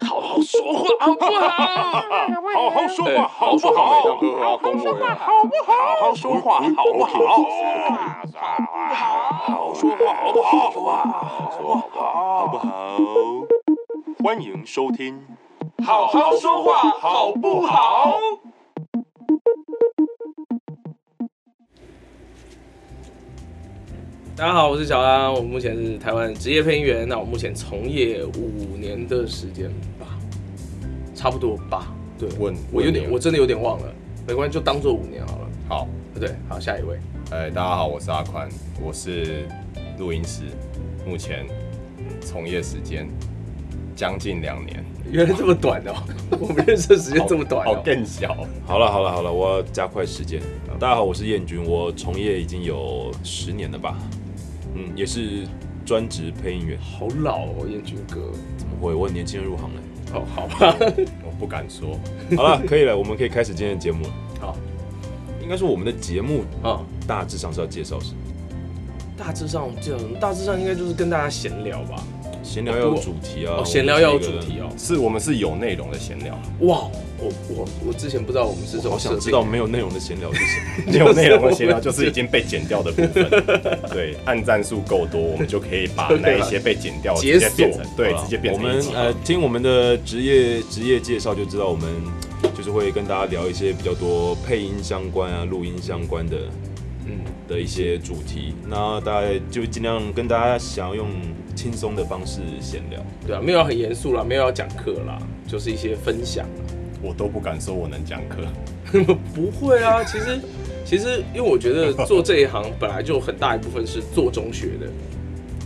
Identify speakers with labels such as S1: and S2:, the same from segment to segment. S1: 好好说话好不好？
S2: 好好说
S1: 哎
S2: 话，好不
S1: 好
S2: 好
S1: 好？说话
S2: 好好说话，
S1: 好不好？
S2: 好好说话，好不好？好说话，好不好？好不好？欢迎收听，
S1: 好好说话好不好？
S3: 大家好，我是小安，我目前是台湾职业配音员，那我目前从业五年的时间吧，差不多吧。对，
S4: 问
S3: 我有
S4: 问
S3: 点，
S4: 你啊
S3: 我真的有点忘了，没关系，就当做五年好了。
S4: 好，
S3: 对，好，下一位，
S4: 呃，大家好，我是阿宽，我是录音师，目前从业时间将近两年，
S3: 原来这么短哦、 我们认识的时 间这么短、哦
S4: 好更小，
S2: 好了好了好了，我要加快时间。大家啊好，我是燕君，我从业已经有十年了吧，嗯，也是专职配音员。
S3: 好老哦，燕君哥，
S2: 怎么会？我很年轻人入行了。
S3: 哦，好吧，
S4: 我不敢说。
S2: 好了，可以了，我们可以开始今天的节目了。
S3: 好，
S2: 应该说我们的节目
S3: 啊、
S2: 大致上是要介绍什么？
S3: 大致上这样，大致上应该就是跟大家闲聊吧。
S2: 闲聊要有主题啊，
S3: 哦，闲聊要有主题
S2: 啊。
S3: 哦。
S4: 呃是我们是有内容的闲聊，
S3: 哇，我我我之前不知道我们是怎
S2: 我
S3: 么
S2: 好
S3: 设定
S2: 想
S3: 的
S2: 知道没有内容的闲聊是什么。
S4: 有内容的闲聊就是已经被剪掉的部分。对，按赞数够多，我们就可以把那一些被剪掉的
S3: 解
S4: 直
S3: 锁
S4: 接变成对，
S2: 好啦
S4: 直接变
S2: 我
S4: 成一
S2: 们
S4: 集
S2: 呃，听我们的职业职业介绍就知道，我们就是会跟大家聊一些比较多配音相关啊、录音相关的
S3: 嗯，
S2: 的一些主题。那大概就尽量跟大家想要用轻松的方式闲聊。
S3: 对啊，没有很严肃啦，没有要讲课啦，就是一些分享 啦。
S4: 我都不敢说我能讲课，
S3: 不会啊，其实其实因为我觉得做这一行本来就很大一部分是做中学的，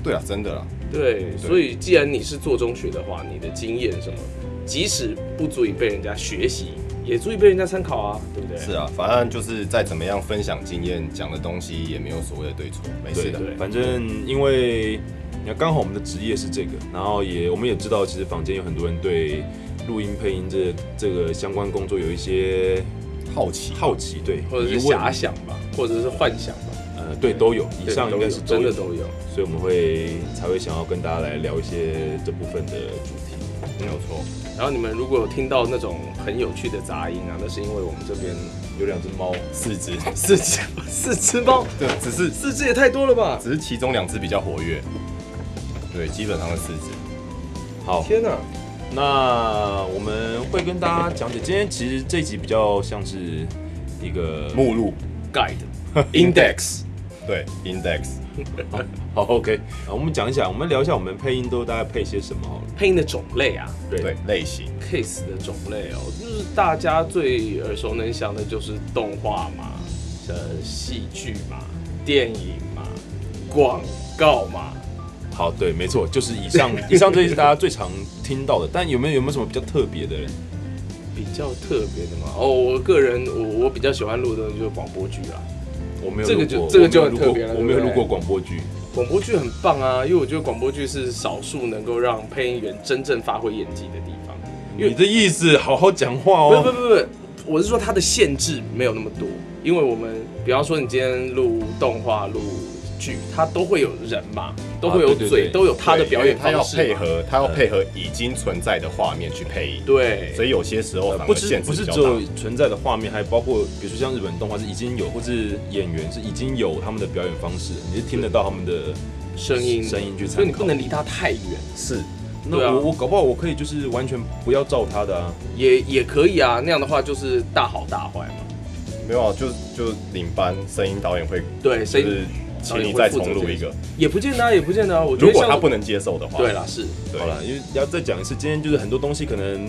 S4: 对啊，真的啦，
S3: 对，所以既然你是做中学的话，你的经验什么，即使不足以被人家学习，也足以被人家参考啊，对不对？
S4: 是啊，反正就是再怎么样分享经验，讲的东西也没有所谓的对错，没事
S2: 对
S4: 的。
S3: 对
S2: 反正因为你看，刚好我们的职业是这个，然后也我们也知道，其实坊间有很多人对录音配音这这个相关工作有一些
S4: 好奇，
S2: 好奇，对，
S3: 或者是
S2: 疑问
S3: 遐，想吧，或者是幻想吧，
S2: 呃，对，都有，以
S3: 对
S2: 上
S3: 都
S2: 应该
S3: 有
S2: 是
S3: 真的
S2: 都有，
S3: 都有。
S2: 所以我们会才会想要跟大家来聊一些这部分的主题。
S4: 没有错。
S3: 然后你们如果有听到那种很有趣的杂音啊，那是因为我们这边
S2: 有两只猫，
S4: 四只，
S3: 四只四只猫，
S4: 对，只是
S3: 四只也太多了吧？
S4: 只是其中两只比较活跃，对，基本上是四只。
S2: 好，
S3: 天哪、
S2: 那我们会跟大家讲解，今天其实这集比较像是一个
S4: 目录
S3: Guide Index
S4: 对 index
S2: 好，OK，啊我们讲一下，我们聊一下我们配音都大概配些什么好了。
S3: 配音的种类啊
S4: 对类型，
S3: ，case 的种类哦，就是大家最耳熟能详的就是动画嘛，呃，戏剧嘛，电影嘛，广告嘛，
S2: 好，对，没错，就是 以上以上这些是大家最常听到的。但有没有有没有什么比较特别的？
S3: 比较特别的嘛。哦，我个人我我比较喜欢录的东西就是广播剧啦，
S2: 我没有
S3: 这个
S2: 录
S3: 就
S2: 过
S3: 这个就
S2: 我没有
S3: 很
S2: 录过
S3: 特别了
S2: 我没有
S3: 对不
S2: 录
S3: 对
S2: 过广播剧。
S3: 广播剧很棒啊，因为我觉得广播剧是少数能够让配音员真正发挥演技的地方。因为
S2: 你的意思，好好讲话
S3: 不不不
S2: 哦。
S3: 不，我是说它的限制没有那么多，因为我们比方说你今天录动画、录剧，它都会有人嘛，都会有
S2: 啊对对
S3: 嘴，
S2: 对
S3: 都有他的表
S4: 对
S3: 演
S4: 因为他
S3: 方
S4: 要
S3: 式，嗯
S4: 配，合，他要配合已经存在的画面去配音，
S3: 对，呃
S4: 所以有些时候反
S2: 不
S4: 而
S2: 是
S4: 限
S2: 不
S4: 制
S2: 是
S4: 比较
S2: 只
S4: 大
S2: 有。存在的画面，还包括比如说像日本动画是已经有，或是演员是已经有他们的表演方式，你是听得到他们的
S3: 声音
S2: 声音去参考
S3: 所以你不能离它太远，
S4: 是
S2: 那
S3: 对啊
S2: 我我搞不好我可以就是完全不要照他的啊。
S3: 也也可以啊，那样的话就是大好大坏嘛，
S4: 没有啊，就就领班声音导演会
S3: 对，所
S4: 就
S3: 以
S4: 是请你再重录一个，
S3: 也不见得、啊，也不见得啊，我觉
S4: 如
S3: 得
S4: 果他
S3: 像
S4: 不能接受的话，
S3: 对啦，是
S4: 对
S2: 好了，因为要再讲一次，今天就是很多东西可能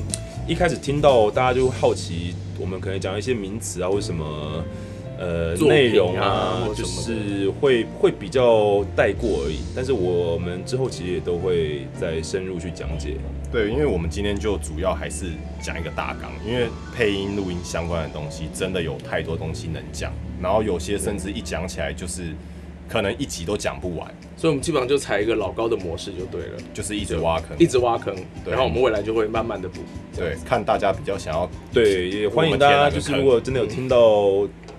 S2: 一开始听到大家就会好奇，我们可能讲一些名词啊或者什么呃
S3: 作品啊
S2: 内容
S3: 或者
S2: 就
S3: 什么的
S2: 是会会比较带过而已。但是我们之后其实也都会再深入去讲解。
S4: 对，因为我们今天就主要还是讲一个大纲，因为配音、录音相关的东西真的有太多东西能讲，然后有些甚至一讲起来就是可能一集都讲不完，
S3: 所以我们基本上就采一个老高的模式就对了，
S4: 就是一直挖坑
S3: 一，直挖坑，
S4: 对
S3: 然后我们未来就会慢慢的补，
S4: 对，看大家比较想要
S2: 对，也欢迎大家就是如果真的有听到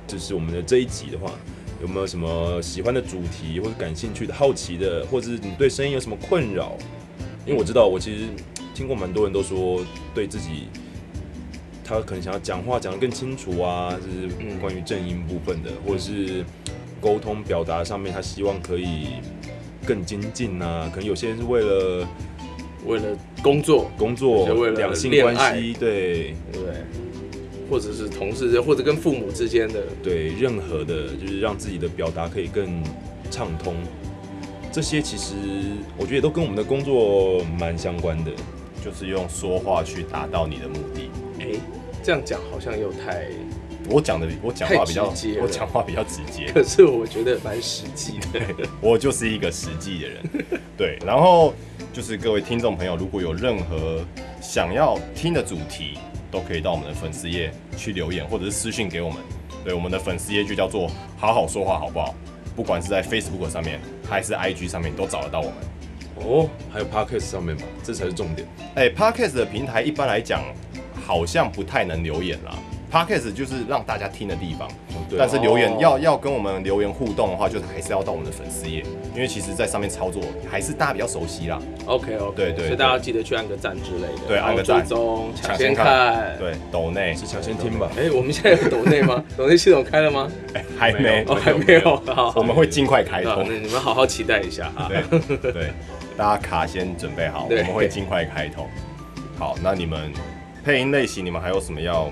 S2: 就是我们的这一集的话，有没有什么喜欢的主题，或者感兴趣的、好奇的，或者是你对声音有什么困扰？因为我知道，我其实听过蛮多人都说，对自己他可能想要讲话讲得更清楚啊，就是
S3: 嗯
S2: 关于正音部分的，或者是沟通表达上面，他希望可以更精进啊。可能有些人是为了
S3: 为了工作，
S2: 工作
S3: 有些为、了
S2: 两性
S3: 恋
S2: 关
S3: 爱
S2: 系，对
S3: 对不对？或者是同事，或者跟父母之间的，
S2: 对，任何的，就是让自己的表达可以更畅通。这些其实我觉得都跟我们的工作蛮相关的。
S4: 就是用说话去达到你的目的。
S3: 哎，这样讲好像又太，
S4: 我讲的我讲话比较
S3: 太直接，了，
S4: 我讲话比较直接
S3: 可是我觉得蛮实际的。
S4: 我就是一个实际的人。对，然后就是各位听众朋友，如果有任何想要听的主题，都可以到我们的粉丝页去留言，或者是私信给我们。对，我们的粉丝页就叫做“好好说话”，好不好？不管是在 Facebook 上面还是 IG 上面，都找得到我们。
S2: 哦，还有 podcast 上面吧，这才是重点。
S4: 哎、p o d c a s t 的平台一般来讲好像不太能留言啦。Podcast 就是让大家听的地方，
S2: 对
S4: 但是留言
S3: 哦
S4: 要要跟我们留言互动的话，就是还是要到我们的粉丝页，因为其实在上面操作还是大家比较熟悉啦。
S3: OK OK，
S4: 对对
S3: 所以大家记得去按个赞之类的，
S4: 对
S3: 然后
S4: 按个赞
S3: 追踪抢
S4: 抢
S3: 先
S4: 先
S3: 看。，
S4: 对，抖内
S2: 是抢先听吧。
S3: 哎，我们现在有抖 内吗？抖内系统开了吗？
S4: 哎还没，
S3: 哦，还没有。好，
S4: 我们会尽快开
S3: 好
S4: 通
S3: 那。你们好好期待一下啊。
S4: 对对，大家卡先准备好，我
S3: 对
S4: 们会尽快开通。好，那你们配音类型，你们还有什么要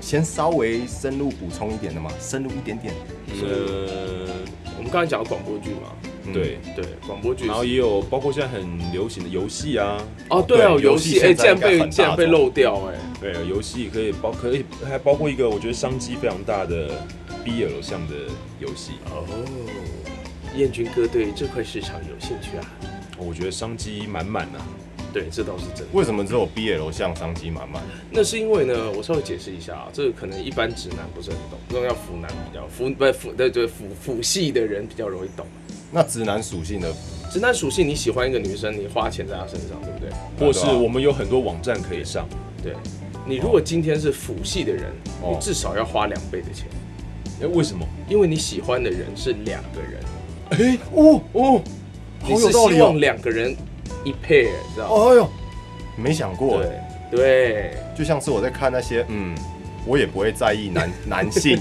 S4: 先稍微深入补充一点的吗？深入一点点。
S2: 哎呃，
S3: 我们刚才讲到广播剧嘛，
S4: 嗯
S2: 对，
S3: 对，广播剧。
S2: 然后也有包括现在很流行的游戏啊，
S3: 哦，对哦，
S4: 对
S3: 游
S4: 游
S3: 戏
S4: 戏
S3: 哎，
S4: 现
S3: 竟
S4: 在
S3: 然
S4: 应该
S3: 被
S4: 很
S3: 竟然
S4: 大
S3: 被
S4: 众
S3: 漏掉哎。
S2: 对，游戏可以包可以还包括一个我觉得商机非常大的 BL 项的游戏，
S3: 哦，
S4: 哦
S3: 燕军哥对这块市场有兴趣啊？
S2: 哦我觉得商机满满啊。
S3: 对，这倒是真的。
S4: 为什么只有 BL 向商机满 满？
S3: 那是因为呢，我稍微解释一下啊，这个可能一般直男不是很懂，这种要腐男比较腐不腐对对腐腐系的人比较容易懂。
S4: 那直男属性的，
S3: 直男属性，你喜欢一个女生，你花钱在她身上，对不对？
S2: 或是我们有很多网站可以上，
S3: 对。你如果今天是腐系的人，
S4: 哦
S3: 你至少要花两倍的钱，
S2: 哎，为什么？
S3: 因为你喜欢的人是两个人，
S4: 哎、哦哦，
S3: 你是希望！两个人一 pair，知道吗？
S4: 哦哟，没想过，
S3: 对对，
S4: 就像是我在看那些，嗯，我也不会在意男 男性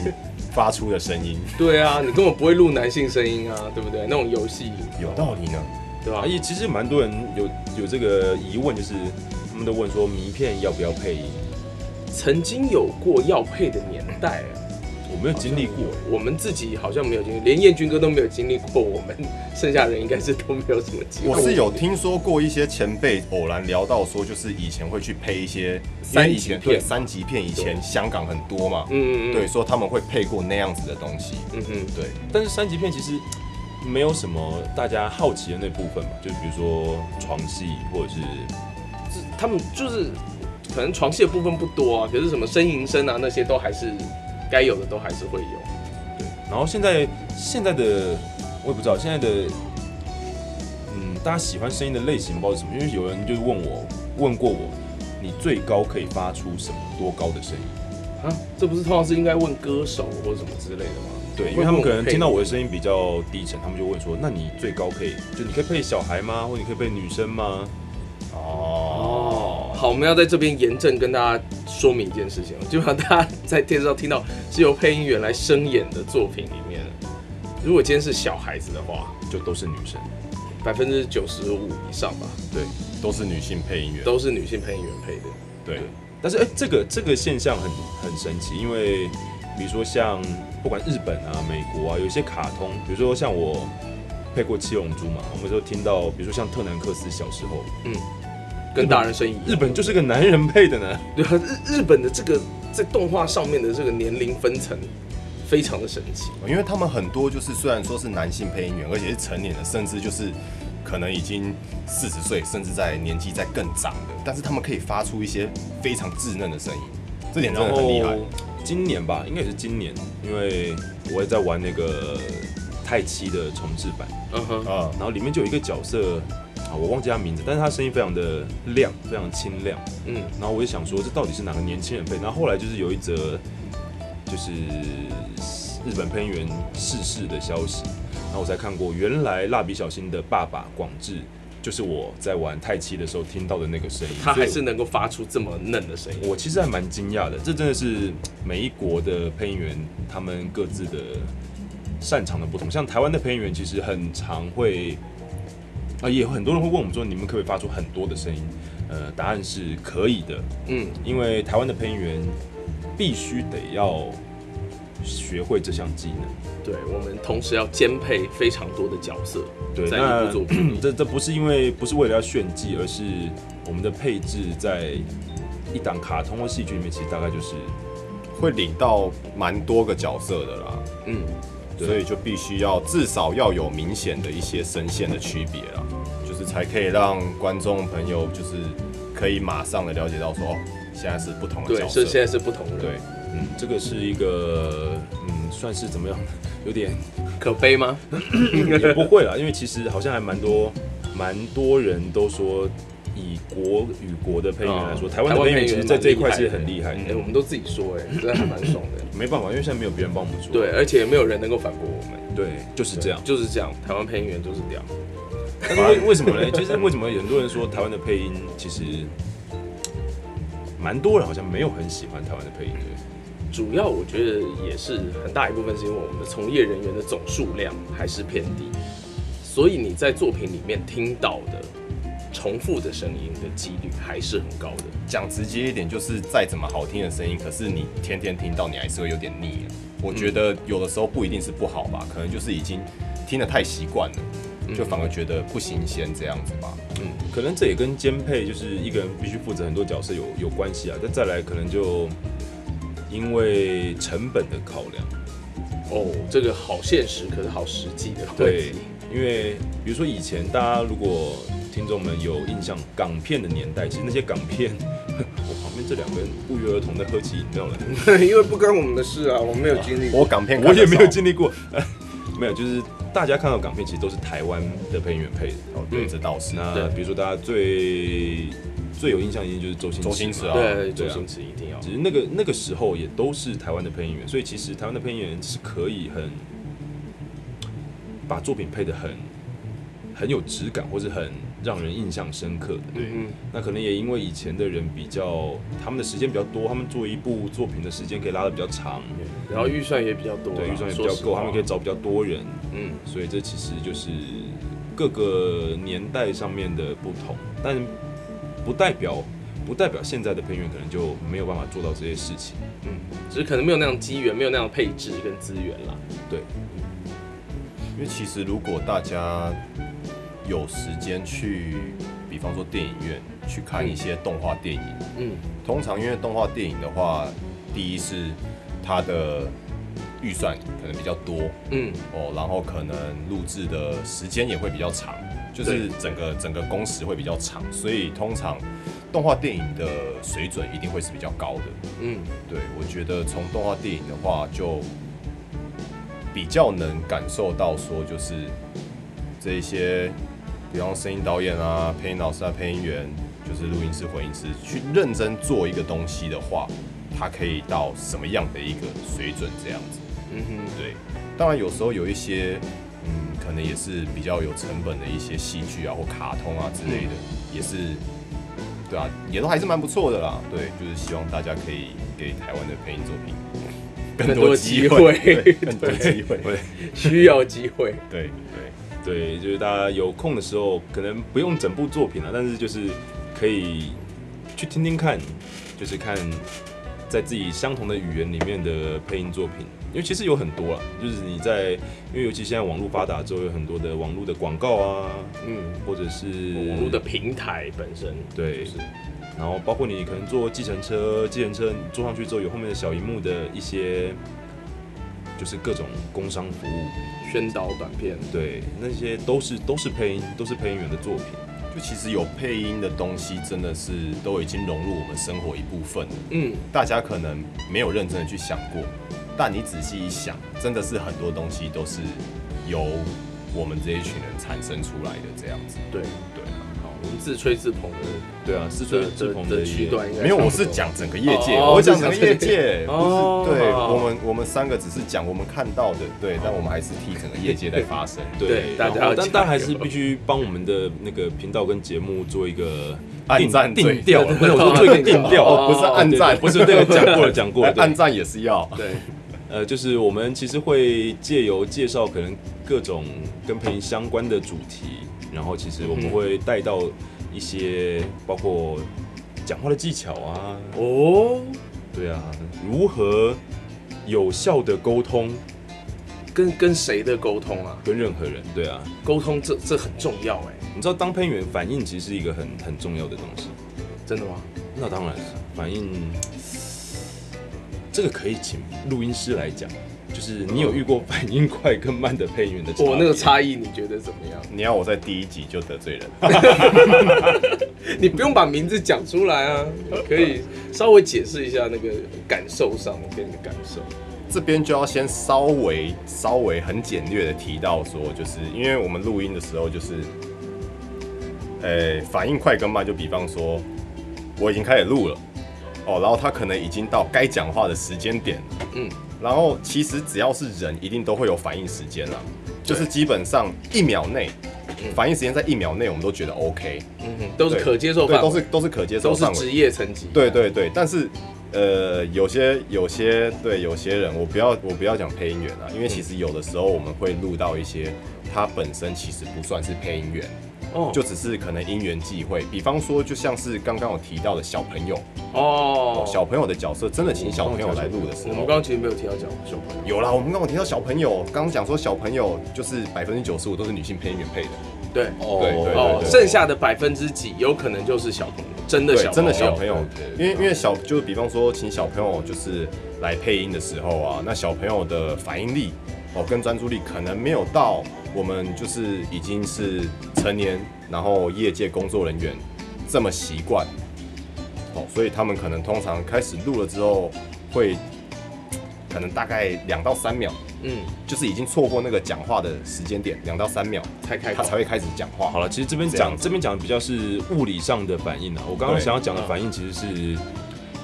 S4: 发出的声 音，
S3: 对啊，你根本不会录男性声音啊，对不对？那种游戏，
S4: 有道理呢。
S3: 对吧
S2: 啊，？也其实蛮多人有有这个疑问，就是他们都问说迷片要不要配音，
S3: 曾经有过要配的年代、啊，
S2: 我没有经历过，
S3: 我们自己好像没有经历，连燕军哥都没有经历过，我们剩下人应该是都没有什么机会。
S4: 我是有听说过一些前辈偶然聊到说，就是以前会去配一些
S3: 三级
S4: 以前对
S3: 片
S4: 三级片，以前香港很多嘛，
S3: 嗯，嗯嗯，
S4: 对，，说他们会配过那样子的东西，
S3: 嗯嗯，
S4: 对，
S2: 但是三级片其实没有什么大家好奇的那部分嘛，就是比如说床戏或者是
S3: 这他们就是可能床戏的部分不多啊，可是什么呻吟声啊那些都还是该有的都还是会有。
S2: 对，然后现在现在的我也不知道现在的嗯大家喜欢声音的类型不知道是什么，因为有人就是问我问过我，你最高可以发出什么多高的声音？
S3: 啊，这不是通常是应该问歌手或什么之类的吗？
S2: 对，因为他们可能听到我的声音比较低沉，他们就问说：“那你最高配就你可以配小孩吗？或者你可以配女生吗
S4: 哦，
S3: 哦，好，我们要在这边严正跟大家说明一件事情哦，基本上大家在电视上听到是由配音员来声演的作品里面，如果今天是小孩子的话，？”
S2: 就都是女生。
S3: 百分之九十五以上吧，
S2: 对，
S4: 都是女性配音员，
S3: 都是女性配音员配的。
S4: 对，
S2: 但是哎、这个这个现象很很神奇，因为比如说像不管日本啊、美国啊，有一些卡通，比如说像我配过《七龙珠》嘛，我们就听到，比如说像特南克斯小时候，
S3: 嗯，跟大人声音一样
S2: 日本就是个男人配的呢。
S3: 对啊，日日本的这个在动画上面的这个年龄分层非常的神奇。
S4: 因为他们很多就是虽然说是男性配音员，而且是成年的，甚至就是可能已经四十岁，甚至在年纪在更长的，但是他们可以发出一些非常稚嫩的声音，这点真
S2: 然
S4: 的很厉害
S2: 后。今年吧，应该也是今年，因为我也在玩那个太七的重置版。
S3: 嗯哼，
S4: 啊、
S2: 然后里面就有一个角色啊，我忘记他名字，但是他声音非常的亮，非常清亮。
S3: 嗯，
S2: 然后我就想说，这到底是哪个年轻人配？然后后来就是有一则，就是日本配音员逝世的消息，然后我才看过，原来蜡笔小新的爸爸广志就是我在玩太七的时候听到的那个声音，
S3: 他还
S2: 所
S3: 是
S2: 以
S3: 能够发出这么嫩的声音。
S2: 我其实还蛮惊讶的，这真的是每一国的配音员他们各自的擅长的不同。像台湾的配音员其实很常会啊，也有很多人会问我们说，你们可不可以发出很多的声音？呃，答案是可以的，
S3: 嗯，
S2: 因为台湾的配音员必须得要学会这项技能。
S3: 对，我们同时要兼配非常多的角色，
S2: 对，
S3: 在一
S2: 那
S3: 部作品里。
S2: 这这不是因为不是为了要炫技，而是我们的配置在一档卡通或戏剧里面，其实大概就是
S4: 会领到蛮多个角色的啦，
S3: 嗯，
S2: 对
S4: 所以就必须要至少要有明显的一些声线的区别啦，就是才可以让观众朋友就是可以马上的了解到说，哦，现在是不同的
S3: 对，
S4: 角色，
S3: 是现在是不同人，
S4: 对，
S2: 嗯，这个是一个嗯，算是怎么样，有 点
S3: 可悲吗？
S2: 也不会啦，因为其实好像还蛮多蛮多人都说，以国与国的配音员啊来说，
S3: 哦
S2: 台湾的
S3: 台湾
S2: 配音员
S3: 配音员
S2: 其实在这一块
S3: 蛮厉害
S2: 是
S3: 的
S2: 很厉害的嗯
S3: 哎、，我们都自己说、哎，真的还蛮爽的。
S2: 没办法，因为现在没有别人帮我们做，
S3: 对，而且也没有人能够反驳我们，
S2: 对，就是这样。
S3: 就是这样。台湾配音员就是这样，
S2: 但是为为什么呢？就是为什么很多人说台湾的配音其实蛮多人好像没有很喜欢台湾的配音员，
S3: 主要我觉得也是很大一部分是因为我们的从业人员的总数量还是偏低，所以你在作品里面听到的重复的声音的几率还是很高的。
S4: 讲直接一点，就是再怎么好听的声音，可是你天天听到，你还是会有点腻了。我
S2: 嗯
S4: 觉得有的时候不一定是不好吧，可能就是已经听得太习惯
S2: 嗯
S4: 了，就反而觉得不新鲜这样子吧。
S2: 可能这也跟兼配就是一个人必须负责很多角色有有关系啊。但再来可能就因为成本的考量。
S3: 哦，这个好现实，可是好实际的问
S2: 对
S3: 题。，
S2: 因为比如说以前大家如果听众们有印象港片的年代，其实那些港片， 我旁边这两个人不约而同的喝起饮料来，
S3: 因为不干我们的事啊，我们没有经历。
S4: 我港片看
S2: 我
S4: 得
S2: 也没有
S4: 少
S2: 经历过，呃 没有，就是大家看到港片其实都是台湾的配音员配的。
S4: 哦，对，这倒是。
S2: 那
S3: 对
S2: 比如说大家最最有印象的一定就是周星驰
S4: 周星驰
S2: 嘛
S4: 啊
S3: 对，
S2: 对
S3: 周
S2: 啊
S3: 星驰一定要。
S2: 只是那个那个时候也都是台湾的配音员，所以其实台湾的配音员是可以很把作品配得很很有质感，或是很让人印象深刻的。
S4: 对
S3: 嗯，
S2: 那可能也因为以前的人比较，他们的时间比较多，他们做一部作品的时间可以拉得比较长，
S3: 然后预算也比较多啦，
S2: 啊对预算也比
S3: 啊说
S2: 较
S3: 实
S2: 够，
S3: 话
S2: 他们可以找比较多人，
S3: 嗯，
S2: 所以这其实就是各个年代上面的不同，但不代表不代表现在的配音员可能就没有办法做到这些事情。
S3: 只是可能没有那样机缘，没有那样配置跟资源啦。
S2: 对，
S4: 因为其实如果大家有时间去，比方说电影院去看一些动画电影，
S3: 嗯，
S4: 通常因为动画电影的话，第一是它的预算可能比较多，
S3: 嗯，
S4: 哦，然后可能录制的时间也会比较长，就是整个整个工时会比较长，所以通常动画电影的水准一定会是比较高的。
S3: 嗯，
S4: 对我觉得从动画电影的话，就比较能感受到说，就是这一些，比方声音导演啊、配音老师啊、配音员，就是录音师、混音师，去认真做一个东西的话，它可以到什么样的一个水准这样子。
S3: 嗯哼，
S4: 对，当然有时候有一些，嗯，可能也是比较有成本的一些戏剧啊或卡通啊之类的，
S3: 嗯
S4: 也是，对啊，也都还是蛮不错的啦。对，就是希望大家可以给台湾的配音作品
S3: 更多
S4: 多
S3: 机
S4: 会，
S3: 会
S4: 对更多机会，对
S3: 需要机会。
S4: 对
S2: 对，就是大家有空的时候，可能不用整部作品啊了，但是就是可以去听听看，就是看在自己相同的语言里面的配音作品，因为其实有很多啊，就是你在，因为尤其现在网络发达之后，有很多的网络的广告啊，
S3: 嗯，
S2: 或者是
S3: 网络的平台本身，
S2: 对，然后包括你可能坐计程车，计程车你坐上去之后，有后面的小荧幕的一些，就是各种工商服务，
S3: 宣导短片，
S2: 对，那些都是都是配音，都是配音员的作品。
S4: 就其实有配音的东西，真的是都已经融入我们生活一部分了。
S3: 嗯，
S4: 大家可能没有认真的去想过，但你仔细一想，真的是很多东西都是由我们这一群人产生出来的这样子。
S3: 对，
S4: 对啊，
S2: 好，我们
S3: 自吹自捧的
S2: 对
S4: 嗯
S2: 啊，是吹自捧
S3: 的
S2: 的
S3: 区
S2: 也
S3: 段，应该
S4: 没有，
S3: 差不
S4: 我
S3: 多
S4: 是讲整个业界，
S3: 哦哦
S4: 我讲整个业界，不
S3: 哦
S4: 是对
S3: 好好
S4: 我们我们三个只是讲我们看到的，对，但我们还是替整个业界在发 声。
S3: 对
S2: 对，
S3: 大
S2: 然
S3: 家
S2: 后
S3: 要
S2: 但
S3: 加
S2: 但
S3: 油
S2: 还是必须帮我们的那个频道跟节目做一个
S4: 按
S2: 定
S4: 赞最
S2: 定调，
S4: 对
S2: 不是我说做一个定调，
S4: 哦，不是按赞，
S2: 对 对对不是对，讲过了，讲过了，对
S4: 哎按赞也是要。
S3: 对，
S2: 呃，就是我们其实会借由介绍可能各种跟配音相关的主题，然后其实我
S4: 嗯
S2: 们会带到一些包括讲话的技巧啊，
S3: 哦，
S2: 对啊，如何有效的沟通
S3: 跟跟谁的沟通啊？
S2: 跟任何人，对啊，
S3: 沟通这这很重要哎、
S2: 你知道当配音员反应其实是一个很很重要的东西，
S3: 真的吗？
S2: 那当然了，反应这个可以请录音师来讲，就是你有遇过反应快跟慢的配音员的差别？
S3: 我哦那个差异你觉得怎么 样？
S4: 你要我在第一集就得罪人，
S3: 你不用把名字讲出来啊，可以稍微解释一下那个感受上给你的感受。
S4: 这边就要先稍微稍微很简略的提到说，就是因为我们录音的时候，就是，呃，反应快跟慢，就比方说我已经开始录了，哦，然后他可能已经到该讲话的时间点了，
S3: 嗯，
S4: 然后其实只要是人，一定都会有反应时间啦，就是基本上一秒内，反应时间在一秒内，我们都觉得 OK，
S3: 嗯哼，嗯都
S4: 都
S3: 是可接受
S4: 对，
S3: 范围，
S4: 都是都是可接受
S3: 都是
S4: 范围，
S3: 职业层级。
S4: 对对对，但是呃，有些有些对有些人，我不要我不要讲配音员啊，
S3: 嗯
S4: 因为其实有的时候我们会录到一些他本身其实不算是配音员，
S3: 哦，
S4: 就只是可能因缘际会。比方说，就像是刚刚我提到的小朋友，
S3: 哦，
S4: 小朋友的角色真的请小朋友来录的时
S3: 我们
S4: 候
S3: 刚。刚其实没有提到讲小朋友，
S4: 有啦，我们刚刚有提到小朋友，刚刚讲说小朋友就是百分之九十五都是女性配音员配的，
S3: 对，
S2: 哦
S4: 对对
S3: 哦，
S4: 对
S3: 剩下的百分之几有可能就是小朋友，真的
S4: 对
S3: 小，
S4: 真的小朋友，
S2: 对
S4: 因为因为小就是比方说请小朋友就是来配音的时候啊，那小朋友的反应力哦跟专注力可能没有到哦我们就是已经是成年然后业界工作人员这么习惯，哦，所以他们可能通常开始录了之后会可能大概两到三秒，
S3: 嗯，
S4: 就是已经错过那个讲话的时间点，两到三秒
S3: 才开
S4: 他
S3: 口
S4: 才会开始讲话。
S2: 好了，其实这边
S4: 这
S2: 讲
S4: 样子
S2: 这边讲的比较是物理上的反应啊。我刚刚
S4: 对
S2: 想要讲的反应其实是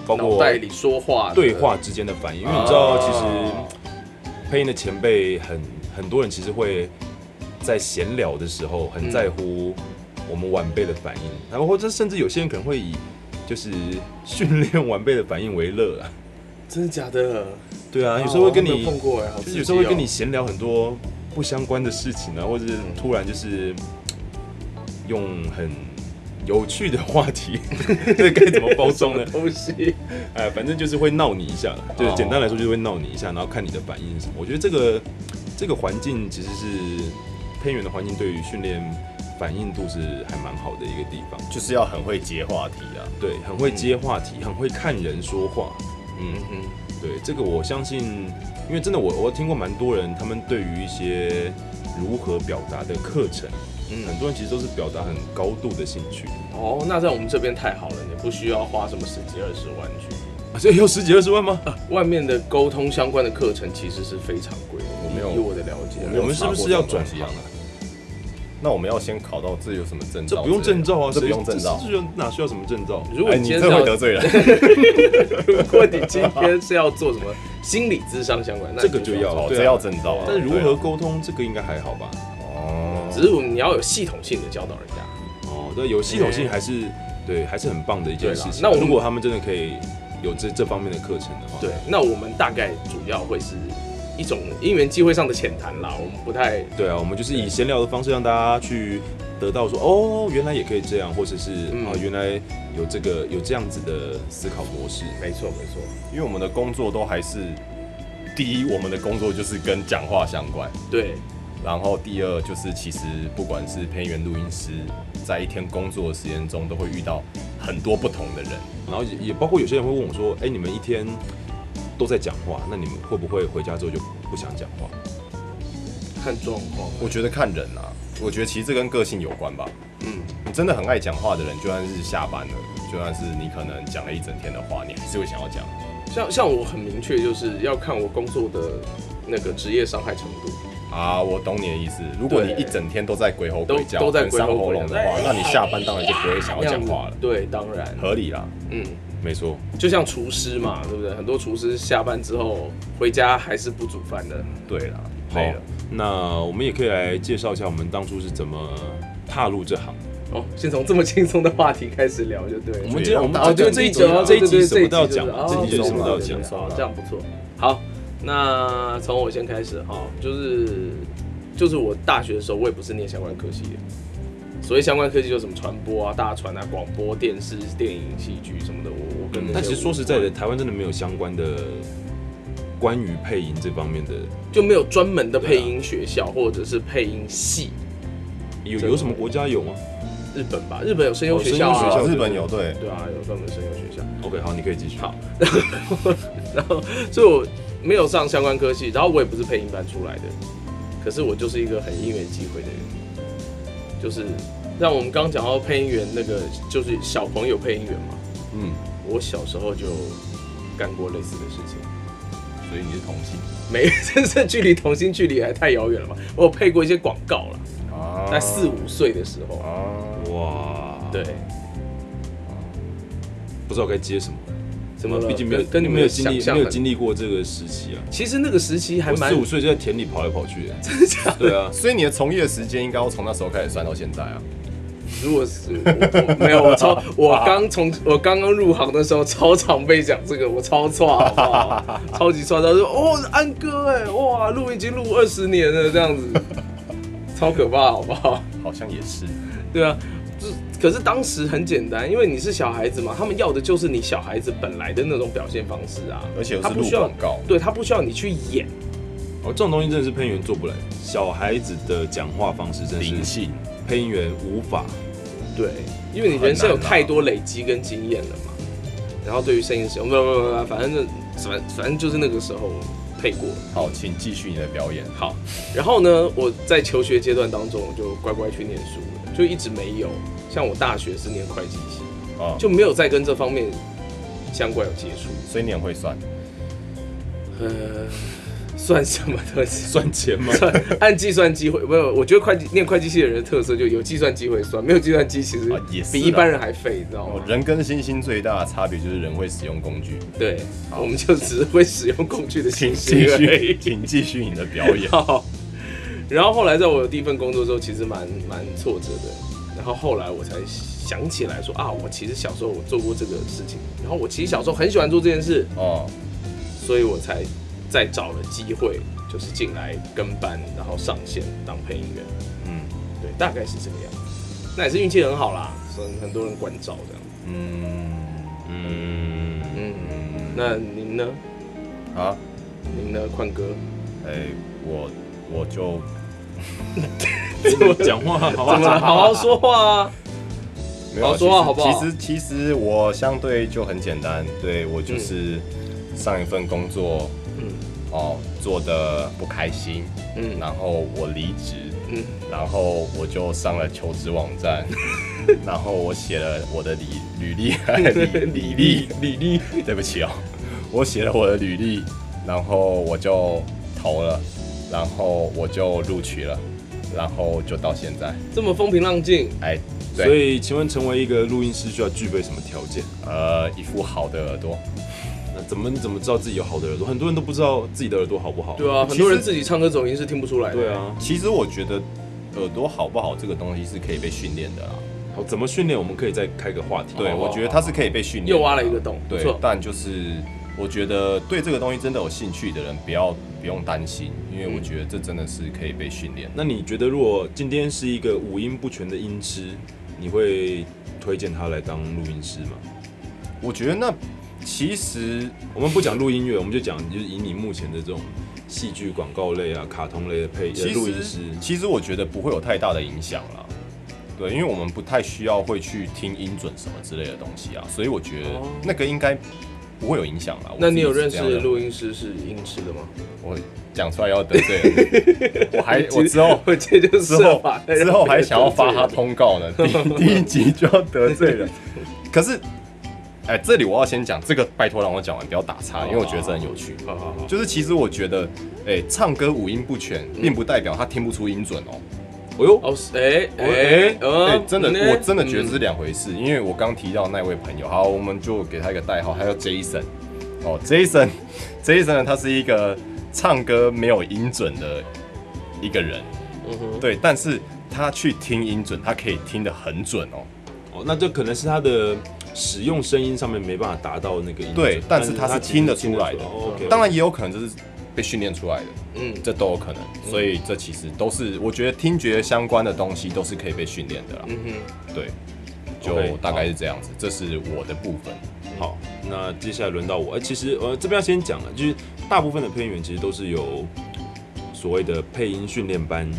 S2: 包
S3: 脑
S2: 括
S3: 袋里啊说话的哦
S2: 对话之间的反应，因为你知道，其实配音的前辈很很多人其实会在闲聊的时候很在乎我们晚辈的反应，然后或者甚至有些人可能会以就是训练晚辈的反应为乐啊。
S3: 真的假的？
S2: 对啊，有时候会跟
S3: 啊我没
S2: 你
S3: 有碰过哎，好
S2: 就
S3: 刺
S2: 是
S3: 激哦
S2: 有时候会跟你闲聊很多不相关的事情啊，或者是突然就是用很有趣的话题， 这该怎么包装呢？
S3: 东西，
S2: 哎，反正就是会闹你一下啦，就是简单来说就是会闹你一下，然后看你的反应是什么。我觉得这个这个环境其实是偏远的环境，对于训练反应度是还蛮好的一个地方。
S4: 就是要很会接话题啊，
S2: 对，很会接话题，很会看人说话。
S3: 嗯嗯，
S2: 对，这个我相信，因为真的我我听过蛮多人，他们对于一些如何表达的课程，
S3: 嗯
S2: 嗯，很多人其实都是表达很高度的兴趣，啊
S3: 哦，那在我们这边太好了，你不需要花什么十几二十万去。
S2: 啊所以有十几二十万吗？
S3: 外面的沟通相关的课程其实是非常贵的，
S4: 我没有
S3: 以我的了解，
S4: 我没
S2: 我
S4: 有
S2: 们是不是要转行啊？
S4: 那我们要先考到这有什么证照之类的？
S2: 这不用证照啊，
S4: 这不
S2: 谁
S4: 用证照
S2: 这。这哪需要什么证啊照？
S3: 如果
S4: 哎，
S3: 你
S4: 你
S3: 今天
S4: 这
S3: 是要
S4: 会得罪 人。
S3: 如 果你今天是要做什么心理智商相关，那
S2: 这个
S3: 你
S2: 就
S3: 需
S2: 要
S4: 哦，
S2: 对啊
S4: 这要证照啊。
S2: 但是如何
S4: 对啊？
S2: 沟通，这个应该还好吧？
S4: 哦，
S3: 只是你要有系统性的教导人家。
S2: 哦，对，有系统性还是对，还是很棒的一件
S3: 对啦
S2: 事情。
S3: 那我们
S2: 如果他们真的可以有这这方面的课程的话，
S3: 对，那我们大概主要会是一种因缘机会上的浅谈啦，我们不太
S2: 对啊，我们就是以闲聊的方式让大家去得到说，哦，原来也可以这样，或者是啊、
S3: 嗯
S2: 原来有这个有这样子的思考模式。
S3: 没错没错，
S4: 因为我们的工作都还是，第一，我们的工作就是跟讲话相关。
S3: 对，
S4: 然后第二就是，其实不管是配音员、录音师，在一天工作的时间中，都会遇到很多不同的人。
S2: 然后也也包括有些人会问我说，哎、你们一天都在讲话，那你们会不会回家之后就不想讲话？
S3: 看状况，
S4: 我觉得看人啊，我觉得其实这跟个性有关吧。
S3: 嗯，
S4: 你真的很爱讲话的人，就算是下班了，就算是你可能讲了一整天的话，你还是会想要讲。
S3: 像像我很明确就是要看我工作的那个职业伤害程度，
S4: 啊，我懂你的意思。如果你
S3: 对
S4: 一整天都在鬼吼鬼叫，
S3: 都都在
S4: 很
S3: 鬼吼
S4: 伤
S3: 鬼
S4: 喉咙
S3: 叫
S4: 的话，那你下班当然就不会想要
S3: 那
S4: 讲
S3: 样子
S4: 话了，
S3: 对，当然，
S4: 合理啦，
S3: 嗯，
S4: 没错。
S3: 就像厨师嘛，对不对？很多厨师下班之后回家还是不煮饭的，
S4: 对啦，
S2: 好
S4: 累了。，
S2: 那我们也可以来介绍一下我们当初是怎么踏入这行。
S3: 哦，先从这么轻松的话题开始聊就对了。
S2: 我
S4: 们今天
S2: 们今天
S4: 我
S2: 我
S4: 们
S2: 们
S4: 哦对
S2: 对这
S4: 这
S2: 一
S4: 一集
S2: 集这
S4: 这
S2: 一集什么都要
S3: 这一集
S2: 讲
S3: 就是，哦
S2: 这一集
S4: 就
S2: 什
S4: 是
S2: 么都要讲
S4: 轻。松
S3: 好
S4: 了
S3: 这样不错。好，那从我先开始哈，就是就是我大学的时候，我也不是念相关科系的。所谓相关科技就是什么传播啊、大传啊、广播电视、电影、戏剧什么的，我我跟那些
S2: 嗯但其实说实
S3: 无
S2: 在的，
S3: 关
S2: 台湾真的没有相关的关于配音这方面的，
S3: 就没有专门的配音
S2: 啊
S3: 学校或者是配音系，
S2: 有
S3: 真的
S2: 有什么国家有吗
S3: 日本吧，日本有声优
S2: 哦
S3: 学校、
S2: 声优学
S3: 啊
S2: 校，
S4: 日本有对，
S3: 对啊，有专门声优学校。
S2: ？OK，好，你可以继续。
S3: 好然后所以我没有上相关科系，然后我也不是配音班出来的，可是我就是一个很因缘际会的人，就是让我们刚讲到配音员那个，就是小朋友配音员嘛，
S4: 嗯，
S3: 我小时候就干过类似的事情。
S4: 所以你是同性
S3: 没，这这距离童星距离还太遥远了吧？我有配过一些广告啦，
S4: 啊
S2: 哦
S3: 在四五岁的时候，
S4: 啊，
S2: 哇，
S3: 对，，
S2: 哦不知道该接什么，
S3: 怎么了
S2: 毕竟没有
S3: 跟跟你们
S2: 没有
S3: 的
S2: 经历
S3: 想象
S2: 没有
S3: 很
S2: 经历过这个时期啊。
S3: 其实那个时期还
S2: 我
S3: 蛮
S2: 四五岁就在田里跑来跑去，
S3: 真的假的
S2: 对啊，
S4: 所以你的从业时间应该要从那时候开始算到现在啊。
S3: 如果是我我没有，我超我刚从我刚刚入行的时候，超常被讲这个，我超错，好不好？超级错，他说哦，安哥哎，哇，录已经录二十年了，这 样子，超可怕，好不好？
S4: 好像也是，
S3: 对啊，就是可是当时很简单，因为你是小孩子嘛，他们要的就是你小孩子本来的那种表现方式啊，
S4: 而且又
S3: 他
S4: 是
S3: 不
S4: 录
S3: 需要
S4: 广，告，
S3: 对他不需要你去演，
S2: 哦，这种东西真的是配音员做不来，小孩子的讲话方式真
S4: 灵
S2: 是
S4: 性，
S2: 配音员无法。
S3: 对，因为你人生有太多累积跟经验了嘛。然后对于声音使用，不不不不，反正就反反正就是那个时候配过。
S4: 好，请继续你的表演。
S3: 好，然后呢，我在求学阶段当中，我就乖乖去念书了，就一直没有。像我大学是念会计系，
S4: 啊，
S3: 就没有再跟这方面相关有接触。
S4: 所以你很会算，
S3: 呃， 算什么 东西？
S2: 赚钱吗？
S3: 算按计算机会，没有，我觉得会计念会计系的人的特色就有计算机会算，没有计算机其实
S4: 啊也是
S3: 比
S4: 啦
S3: 一般人还废，你知道
S4: 哦
S3: 吗？，
S4: 人跟猩猩最大的差别就是人会使用工具。
S3: 对，我们就只是会使用工具的
S4: 请
S3: 信息
S4: 继
S3: 而已。
S4: 续，请继续你的表演。
S3: 好，然后后来在我第一份工作之后，其实蛮蛮挫折的。然后后来我才想起来说啊，我其实小时候我做过这个事情，然后我其实小时候很喜欢做这件事，
S4: 哦，
S3: 所以我才再找了机会，就是进来跟班，然后上线当配音员。
S4: 嗯
S3: 对，大概是这个样子。那也是运气很好啦，所以很多人关照这样。
S4: 嗯
S2: 嗯，
S3: 嗯，那您呢？
S4: 啊，
S3: 您呢，宽哥？
S4: 哎、我我就
S2: 怎么讲话？好
S3: 怎么
S2: 吧，
S3: 了好好说话啊？
S4: 没有啊
S3: 好
S4: 其
S3: 说话
S4: 实
S3: 好不好
S4: 其实其实我相对就很简单，对我就是上一份工作
S3: 嗯
S4: 哦做的不开心，
S3: 嗯
S4: 然后我离职，
S3: 嗯
S4: 然后我就上了求职网站， 然后我写了我的履履历 履履历，
S3: 李丽，
S4: 对不起哦，我写了我的履历，然后我就投了，然后我就录取了，然后就到现在，
S3: 这么风平浪静，
S4: 哎，对
S2: 所以请问成为一个录音师需要具备什么条件？
S4: 呃，一副好的耳朵，
S2: 那怎么你怎么知道自己有好的耳朵？很多人都不知道自己的耳朵好不好。
S3: 对啊，
S4: 其
S3: 很
S4: 实
S3: 多人自己唱歌走音是听不出来的。
S2: 对，啊，
S4: 其实我觉得耳朵好不好这个东西是可以被训练的啦。
S2: 好，怎么训练？我们可以再开个话题。
S4: 对，
S2: 好不好
S4: 我觉得它是可以被训练的啦。
S3: 哦又挖了一个洞不
S4: 对
S3: 错，
S4: 但就是我觉得对这个东西真的有兴趣的人，不要不用担心，因
S3: 嗯
S4: 为我觉得这真的是可以被训练。
S2: 那你觉得如果今天是一个五音不全的音师，你会推荐他来当录音师吗？
S4: 我觉得那其实
S2: 我们不讲录音乐，我们就讲就是以你目前的这种戏剧、广告类啊、卡通类的配
S4: 其
S2: 呃录音师
S4: 实，其实我觉得不会有太大的影响啦。对，因为我们不太需要会去听音准什么之类的东西啊，所以我觉得
S3: 哦
S4: 那个应该不会有影响啦。我
S3: 那
S4: 自
S3: 你
S4: 己
S3: 有
S4: 是
S3: 认
S4: 这
S3: 识
S4: 样认为
S3: 录音师是音痴的吗？
S4: 我讲出来要得罪 人，我还我之后
S3: 我这就
S4: 之
S3: 是
S4: 后
S3: 吧，
S4: 之后 还想要发他通告呢，第第一集就要得罪人。可是哎，这里我要先讲这个，拜托让我讲完，不要打岔，因为我觉得这很有趣。
S3: 好好好，
S4: 就是其实我觉得，哎、唱歌五音不全，并不代表他听不出音准哦。
S2: 哦呦，
S3: 哦，是哎嗯
S4: 我哎
S3: 哎
S4: 哎，真的，我真的觉得
S3: 自
S4: 是两回事。因为我刚提到那位朋友，好，我们就给他一个代号，他叫 Jason。哦，Jason，Jason 呢，他是一个唱歌没有音准的一个人，
S3: 嗯哼，
S4: 对，但是他去听音准，他可以听得很准哦。
S2: 哦，那这可能是他的使用声音上面没办法达到那个音准
S4: 对但是他是
S2: 其实
S4: 听得出来的
S2: 哦 OK，
S4: 当然也有可能这是被训练出来的，
S3: 嗯，
S4: 这都有可能。所以这其实都是，我觉得听觉相关的东西都是可以被训练的啦。
S3: 嗯 哼，
S4: 对，就
S2: OK，
S4: 大概是这样子，这是我的部分。
S2: 好，那接下来轮到我。哎、其实呃，这边要先讲了，就是大部分的配音员其实都是由所谓的配音训练班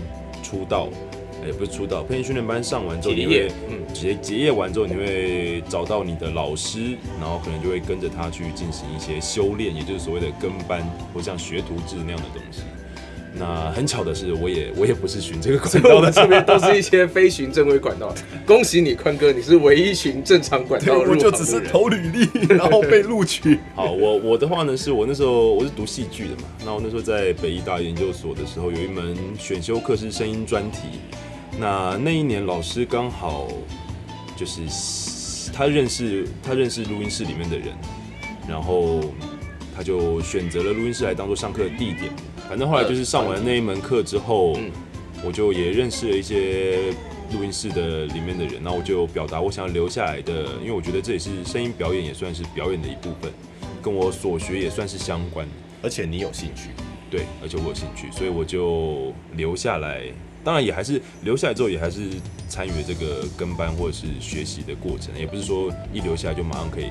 S2: 出道，哎、不是出道，配音训练班上完之后，
S3: 结
S2: 你
S3: 业
S2: 会，
S3: 嗯
S2: 结结业完之后，你会找到你的老师，然后可能就会跟着他去进行一些修炼，也就是所谓的跟班或像学徒制那样的东西。那很巧的是，我也我也不是循这个管
S3: 所以
S2: 道
S3: 我们
S2: 的，
S3: 这边都是一些非循正规管道的。恭喜你，宽哥，你是唯一循正常 管道入行的
S4: 我
S3: 人
S4: 就只是投履 历，然后被录取。
S2: 好，我我的话呢，是我那时候我是读戏剧的嘛，那我那时候在北医大研究所的时候，有一门选修课是声音专题，那那一年老师刚好就是他认识他认识录音室里面的人，然后他就选择了录音室来当做上课的地点。反正后来就是上完那一门课之后，
S3: 嗯
S2: 我就也认识了一些录音室的里面的人，然后我就表达我想要留下来的，因为我觉得这也是声音表演，也算是表演的一部分，跟我所学也算是相关的。
S4: 而且你有兴趣，
S2: 对，而且我有兴趣，所以我就留下来。当然也还是留下来之后，也还是参与了这个跟班或者是学习的过程，也不是说一留下来就马上可以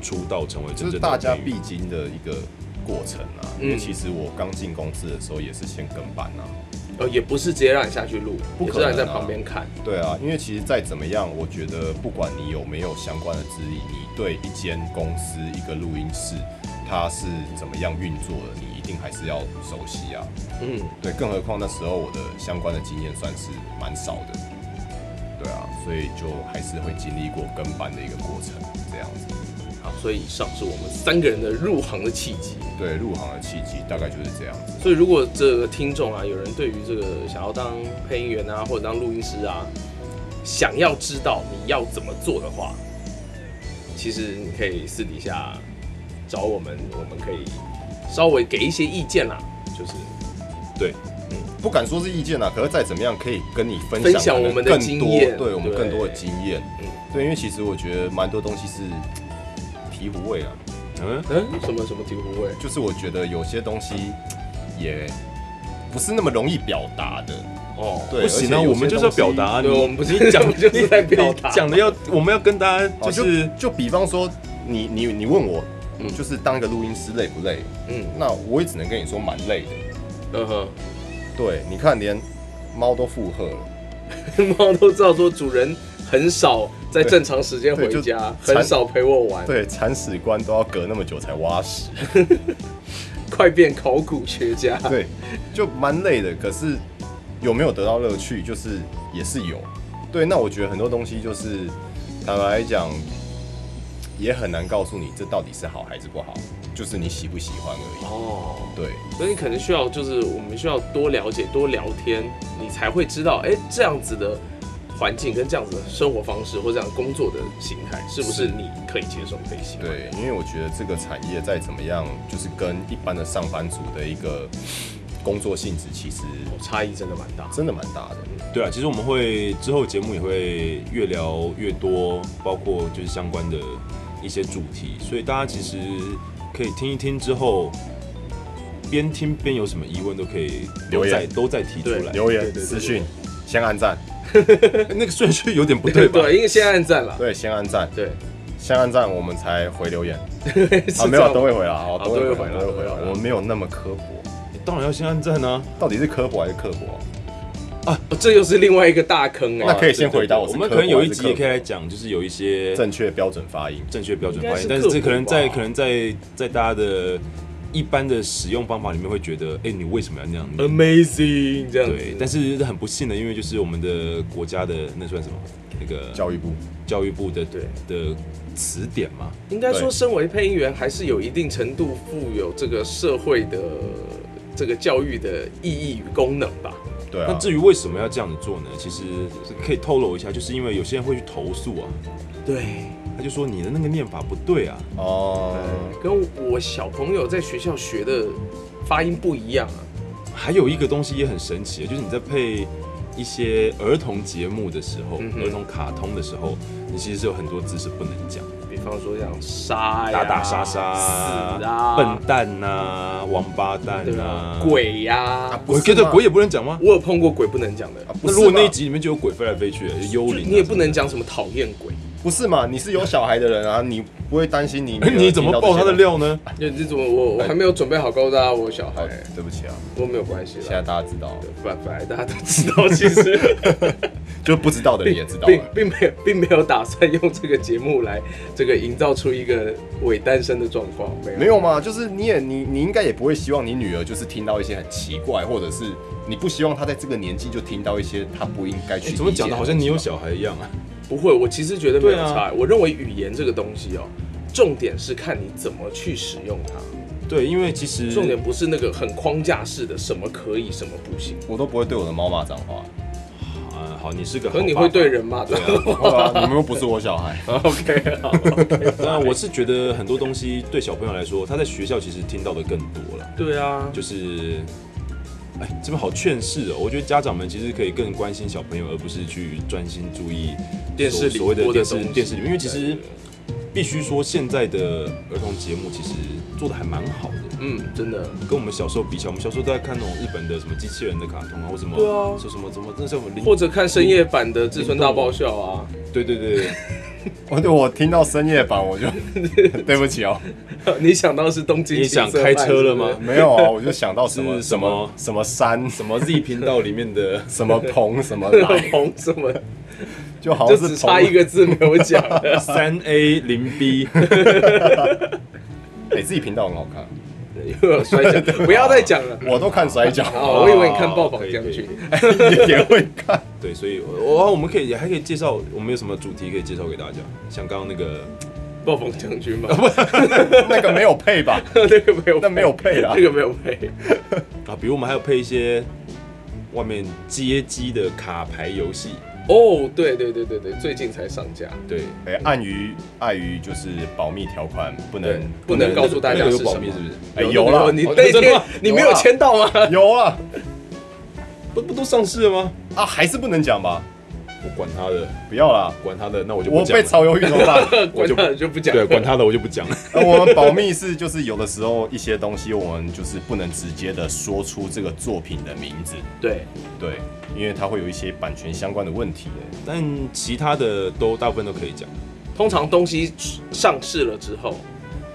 S2: 出道成为
S4: 这
S2: 真
S4: 是
S2: 正的
S4: 大家
S2: 配音
S4: 必
S2: 员
S4: 经的一个过程啊。
S3: 嗯
S4: 因为其实我刚进公司的时候也是先跟班啊。
S3: 呃，也不是直接让你下去录，
S4: 不
S3: 也
S4: 可能啊
S3: 是让你在旁边看。
S4: 对啊，因为其实再怎么样，我觉得不管你有没有相关的资历，你对一间公司一个录音室它是怎么样运作的，你一定还是要熟悉啊。
S3: 嗯，
S4: 对，更何况那时候我的相关的经验算是蛮少的，对啊，所以就还是会经历过跟班的一个过程，这样子。
S3: 好，所以以上是我们三个人的入行的契机。
S4: 对，入行的契机大概就是这样子。
S3: 所以如果这个听众啊，有人对于这个想要当配音员啊，或者当录音师啊，想要知道你要怎么做的话，其实你可以私底下找我们，我们可以稍微给一些意见啦，就是
S2: 对，
S4: 不敢说是意见啦，可是再怎么样可以跟你分
S3: 分享
S4: 可能
S3: 我们的
S4: 更
S3: 经
S4: 多
S3: 验
S4: 对我们
S3: 对
S4: 更多的经验
S3: 嗯。
S4: 对，因为其实我觉得蛮多东西是嘖醍醐味啊，
S2: 嗯，
S3: 嗯，什么什么体不会，
S4: 就是我觉得有些东西嘖也不是那么容易表达的。
S3: 哦，
S4: 对，
S2: 不行啊，
S4: 而且有些
S2: 我们就是要表达啊，
S3: 对，我
S2: 你
S3: 们不是讲就是在表达
S2: 你讲的要，我们要跟大家
S4: 东哦西，
S2: 就
S4: 就是就比方说你你你问我
S3: 嗯，
S4: 就是当一个录音师累不累？
S3: 嗯
S4: 那我也只能跟你说蛮累的。
S3: 嗯哼，
S4: 对，你看连猫都附和了。
S3: 猫都知道说主人很少在正常时间回
S4: 对就
S3: 家，
S4: 缠
S3: 很少陪我玩，
S4: 对，铲屎官都要隔那么久才挖屎，
S3: 快变考古学家。
S4: 对，就蛮累的。可是有没有得到乐趣，就是也是有。对，那我觉得很多东西就是，坦白来讲，也很难告诉你这到底是好还是不好，就是你喜不喜欢而已。
S3: 哦，
S4: 对，
S3: 所以你可能需要，就是我们需要多了解、多聊天，你才会知道，哎、这样子的环境跟这样子的生活方式或这样工作的形态，是不
S4: 是
S3: 是你可以接受、可以喜欢？
S4: 对，因为我觉得这个产业再怎么样，就是跟一般的上班族的一个工作性质其实
S3: 哦，差异真的蛮大。
S4: 真的蛮大的。
S2: 对啊，其实我们会之后节目也会越聊越多，包括就是相关的一些主题，所以大家其实可以听一听之后，边听边有什么疑问都可以
S4: 留言
S2: 都在都在提出来。
S4: 留
S3: 对
S4: 言、
S3: 对对
S4: 私讯，先按赞，
S2: 那个顺序有点不对吧？
S3: 对，因为现在按赞了。
S4: 对，先按赞，
S3: 对，
S4: 先按赞，我们才回留言。
S3: 是
S4: 啊，没有
S3: 这样
S4: 啊，都会回来，
S2: 哦
S4: 好，
S3: 啊
S4: 都会
S3: 都
S4: 回
S3: 会回
S4: 来，
S3: 来
S4: 都会回
S3: 都会回
S4: 来。
S3: 来
S4: 我们没有那么哎刻薄，
S2: 当然要先按赞啊！
S4: 到底是刻薄还是刻薄？
S3: 哦这又是另外一个大坑哎、
S4: 那可以先回答
S2: 对
S4: 我
S2: 对
S4: 是
S2: 对
S4: 刻薄
S2: 我们可能有一集
S4: 还
S2: 也
S4: 是
S2: 可以来讲，就是有一些
S4: 正确标准发音。
S2: 正确标准发
S3: 应，
S2: 音
S3: 该
S2: 但
S3: 是
S2: 是这可能在
S3: 刻薄吧
S2: 可能在在大家的一般的使用方法里面会觉得，哎、你为什么要那样念？
S3: Amazing 这样子
S2: 对，，但是很不幸的，因为就是我们的国家的那算什么？那个
S4: 教育部
S2: 教育部的
S3: 对
S2: 的词典嘛，
S3: 应该说，
S4: 对
S3: 身为配音员，还是有一定程度富有这个社会的这个教育的意义与功能吧。
S4: 对
S2: 那
S4: 啊，
S2: 至于为什么要这样子做呢？其实是可以透露一下，就是因为有些人会去投诉啊，
S3: 对，
S2: 他就说你的那个念法不对啊，
S4: 哦，
S3: 呃跟我小朋友在学校学的发音不一样啊。
S2: 还有一个东西也很神奇，就是你在配一些儿童节目的时候，
S3: 嗯哼
S2: 儿童卡通的时候，你其实是有很多字是不能讲的，
S3: 比方说像哎杀呀、
S2: 打打杀杀、
S3: 死啊、
S2: 笨蛋呐、啊王八蛋
S3: 对
S2: 呐、
S3: 啊、。鬼呀、
S4: 啊
S2: 我
S4: 不
S2: 觉
S4: 是
S2: 得
S4: 吗
S2: 鬼也不能讲吗？
S3: 我有碰过鬼不能讲的，
S4: 啊不
S2: 那
S4: 是
S2: 如果那一
S4: 嘛
S2: 集里面就有鬼飞来飞去、
S3: 就
S2: 幽灵啊、
S3: 你也不能讲什么讨厌鬼，
S4: 不是嘛？你是有小孩的人啊，你不会担心你女
S2: 什
S4: 儿
S2: 么 的，你怎么
S4: 听到这
S2: 爆
S4: 些
S2: 他的
S4: 东西？
S2: 料呢？
S3: 啊就这种我我还没有准备好告诉大家我有小孩
S4: 好，
S2: 哎
S4: 对不起啊，
S3: 不过没有关系
S4: 现在
S3: 啦。
S4: 大家知道了，
S3: 本本来大家都知道，其 实
S4: 就不知道的人
S3: 并
S4: 也知道
S3: 并
S4: 了。
S3: 并没有并没有打算用这个节目来这个营造出一个伪单身的状况，没有
S4: 没有嘛，就是你也你你应该也不会希望你女儿就是听到一些很奇怪，或者是你不希望她在这个年纪就听到一些她不应该去、
S2: 哎怎么讲的好像你有，小孩一样啊？
S3: 不会，我其实觉得没有
S2: 对啊
S3: 差。我认为语言这个东西哦，重点是看你怎么去使用它，
S2: 对，因为其实
S3: 重点不是那个很框架式的什么可以什么不行。
S4: 我都不会对我的猫骂脏话。
S2: 啊，好，你是个好
S3: 可
S2: 爸
S3: 是
S2: 爸，
S3: 你会对 人骂脏话
S4: 对啊，你们又不是我小孩，
S3: ，OK 好 OK，
S2: 那我是觉得很多东西对小朋友来说，他在学校其实听到的更多了，
S3: 对啊，
S2: 就是，哎，这边好劝世哦。我觉得家长们其实可以更关心小朋友，而不是去专心注意
S3: 电视里
S2: 所谓的
S3: 播的
S2: 电
S3: 东
S2: 视
S3: 西
S2: 电视里面，因为其
S3: 对对
S2: 实
S3: 对
S2: 必须说现在的儿童节目其实做的还蛮好的。
S3: 嗯，真的，
S2: 跟我们小时候比起来，我们小时候都在看那种日本的什么机器人的卡通啊，或什么
S3: 对啊
S2: 说什么什么那叫什么灵
S3: 或者看深夜版的《至尊大爆笑》啊，
S2: 对对对，对
S4: 我对我听到深夜版我就 对不起哦，
S3: 你想到是东京
S2: 你
S3: 情色
S2: 想
S3: 漫？
S2: 开车了吗
S3: 是不是？
S4: 没有啊，我就想到什么
S2: 是什么
S4: 什么山
S2: 什么 Z 频道里面 的
S4: 什么棚什么
S3: 乐
S4: 来，
S3: 红什么？
S4: 就好
S3: 就
S4: 像是
S3: 只差一
S4: 个，
S3: 个字没有讲 了
S2: 三 A 零 B，
S4: 哎、自己频道很好看，
S3: 又有摔跤，不要再讲了。
S4: 我都看摔跤，
S3: 哦，我以为你看《爆仿将
S2: 可以
S3: 军
S2: 可》，
S4: 也也会看。
S2: 对，所以哦我我我们可以也还可以介绍我们有什么主题可以介绍给大家，像刚刚那个
S3: 《爆仿将军》 嘛，
S4: 那个没有配吧？
S3: 那个没有，
S4: 那没有配啦
S3: 那个没有配。
S2: 啊，比如我们还有配一些外面街机的卡牌游戏，
S3: 哦，对对对对对，最近才上架，
S2: 对，
S4: 哎、碍于碍于就是保密条款，不能
S3: 对不能告诉大家
S2: 那个
S3: 是
S2: 有保
S3: 什
S2: 密
S3: 么
S2: 是不是？
S4: 哎
S3: 那
S4: 有
S3: 个
S4: 啦
S3: 你
S2: 哦
S3: 那
S2: 真的
S3: 天
S2: 吗
S3: 你
S4: 有
S3: 没有
S4: 啦
S3: 签到吗？
S4: 有啊
S2: 不不都上市了吗？
S4: 啊，还是不能讲吧？
S2: 我管他的，
S4: 不要啦，
S2: 管他的，那我就不
S4: 我
S2: 讲
S4: 被
S2: 了。
S4: 炒鱿鱼怎么办？
S2: 我
S3: 管
S2: 就
S3: 他就不讲了，
S2: 对，管他的，我就不讲了。
S4: 那我们保密是就是有的时候一些东西我们就是不能直接的说出这个作品的名字，
S3: 对，
S4: 对，因为它会有一些版权相关的问题。
S2: 但其他的都大部分都可以讲，
S3: 通常东西上市了之后，
S2: 就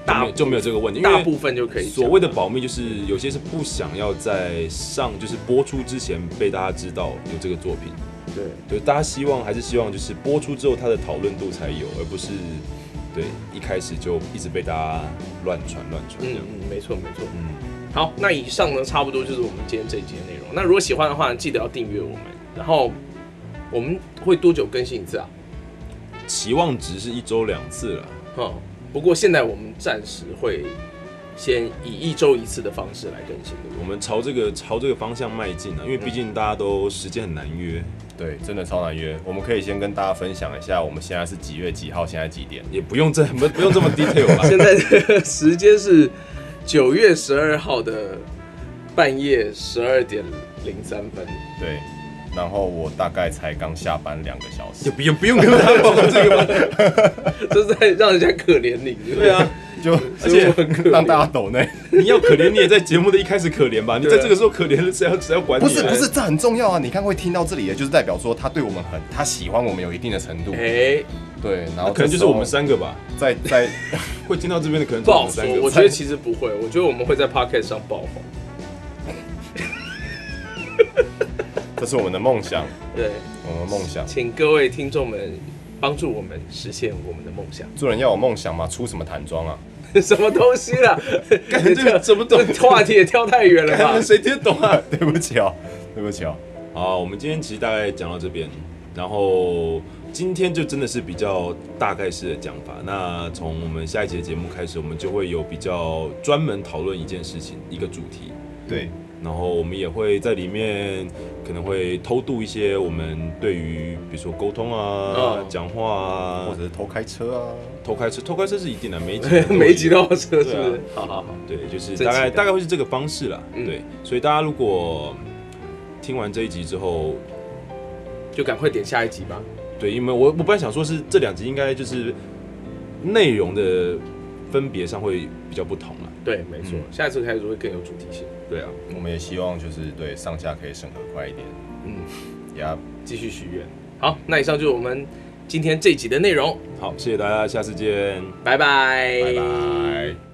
S3: 大
S2: 没有就没有这个问题，因为
S3: 大部分就可以讲
S2: 所谓的保密就是有些是不想要在上就是播出之前被大家知道有这个作品，
S3: 对。
S2: 对，大家希望还是希望就是播出之后它的讨论度才有，而不是对一开始就一直被大家乱传乱传这
S3: 嗯
S2: 样。
S3: 嗯，没错没错。
S2: 嗯，
S3: 好，那以上呢，差不多就是我们今天这一集的内容。那如果喜欢的话，记得要订阅我们。然后我们会多久更新一次啊？
S2: 期望值是一周两次了，
S3: 嗯，不过现在我们暂时会先以一周一次的方式来更新，对不
S2: 我们朝这个朝这个方向迈进啊，因为毕竟大家都时间很难约，
S4: 对，真的超难约。我们可以先跟大家分享一下，我们现在是几月几号，现在几点？
S2: 也不用这 不不用这么 detail
S3: 对？现
S2: 了。
S3: 在的时间是九月十二号的半夜十二点零三分。
S4: 对，然后我大概才刚下班两个小时
S2: 也，不也不用跟大家报告这个吗？
S3: 这是在让人家可怜你，
S2: 对啊，
S4: 就
S3: 而且我很可怜
S4: 让大家抖内。
S2: 你要可怜你也在节目的一开始可怜吧？你在这个时候可怜，谁要谁要管你？啊
S4: 不是不是，，这很重要啊！你看会听到这里的，就是代表说他对我们很，他喜欢我们有一定的程度。
S3: 哎、
S4: 对，然
S2: 那
S4: 后
S2: 可能就是我们三个吧，
S4: 在在
S2: 会听到这边的可能
S3: 不
S2: 就是我
S3: 好
S2: 们
S3: 说
S2: 三个。，
S3: 我觉得其实不会，我觉得我们会在 Pocket 上爆红。
S4: 这是我们的梦想，
S3: 对，
S4: 我们的梦想。
S3: 请各位听众们帮助我们实现我们的梦想。
S4: 做人要有梦想嘛，出什么坦 装啊？
S3: 什么东西啦？
S2: 这个怎么懂
S3: 这话题也跳太远了吧
S2: 看？谁听得懂啊？
S4: 对不起哦，对不起哦。
S2: 好，我们今天其实大概讲到这边，然后今天就真的是比较大概式的讲法。那从我们下一节节目开始，我们就会有比较专门讨论一件事情，一个主题。
S4: 对，
S2: 然后我们也会在里面可能会偷渡一些我们对于比如说沟通啊、
S3: 嗯
S2: 讲话啊，
S4: 或者是偷开车啊，
S2: 偷开车，偷开车是一定 的，每一集都
S3: 每一集
S2: 有
S3: 都要车是
S2: 对啊
S3: 不是？好好好，
S2: 对，就是
S3: 这
S2: 大
S3: 期
S2: 概
S3: 的
S2: 大概会是这个方式啦。
S3: 嗯
S2: 对，所以大家如果听完这一集之后，
S3: 就赶快点下一集吧。
S2: 对，因为我我本来想说是这两集应该就是内容的分别上会比较不同了。
S3: 对，没错，
S2: 嗯
S3: 下一次开始会更有主题性。
S2: 对啊，
S4: 我们也希望就是对上下可以审核快一点。
S3: 嗯，
S4: 呀、
S3: 继续许愿。好，那以上就是我们今天这一集的内容，
S2: 好，谢谢大家，下次见。
S3: 拜拜，
S4: 拜拜。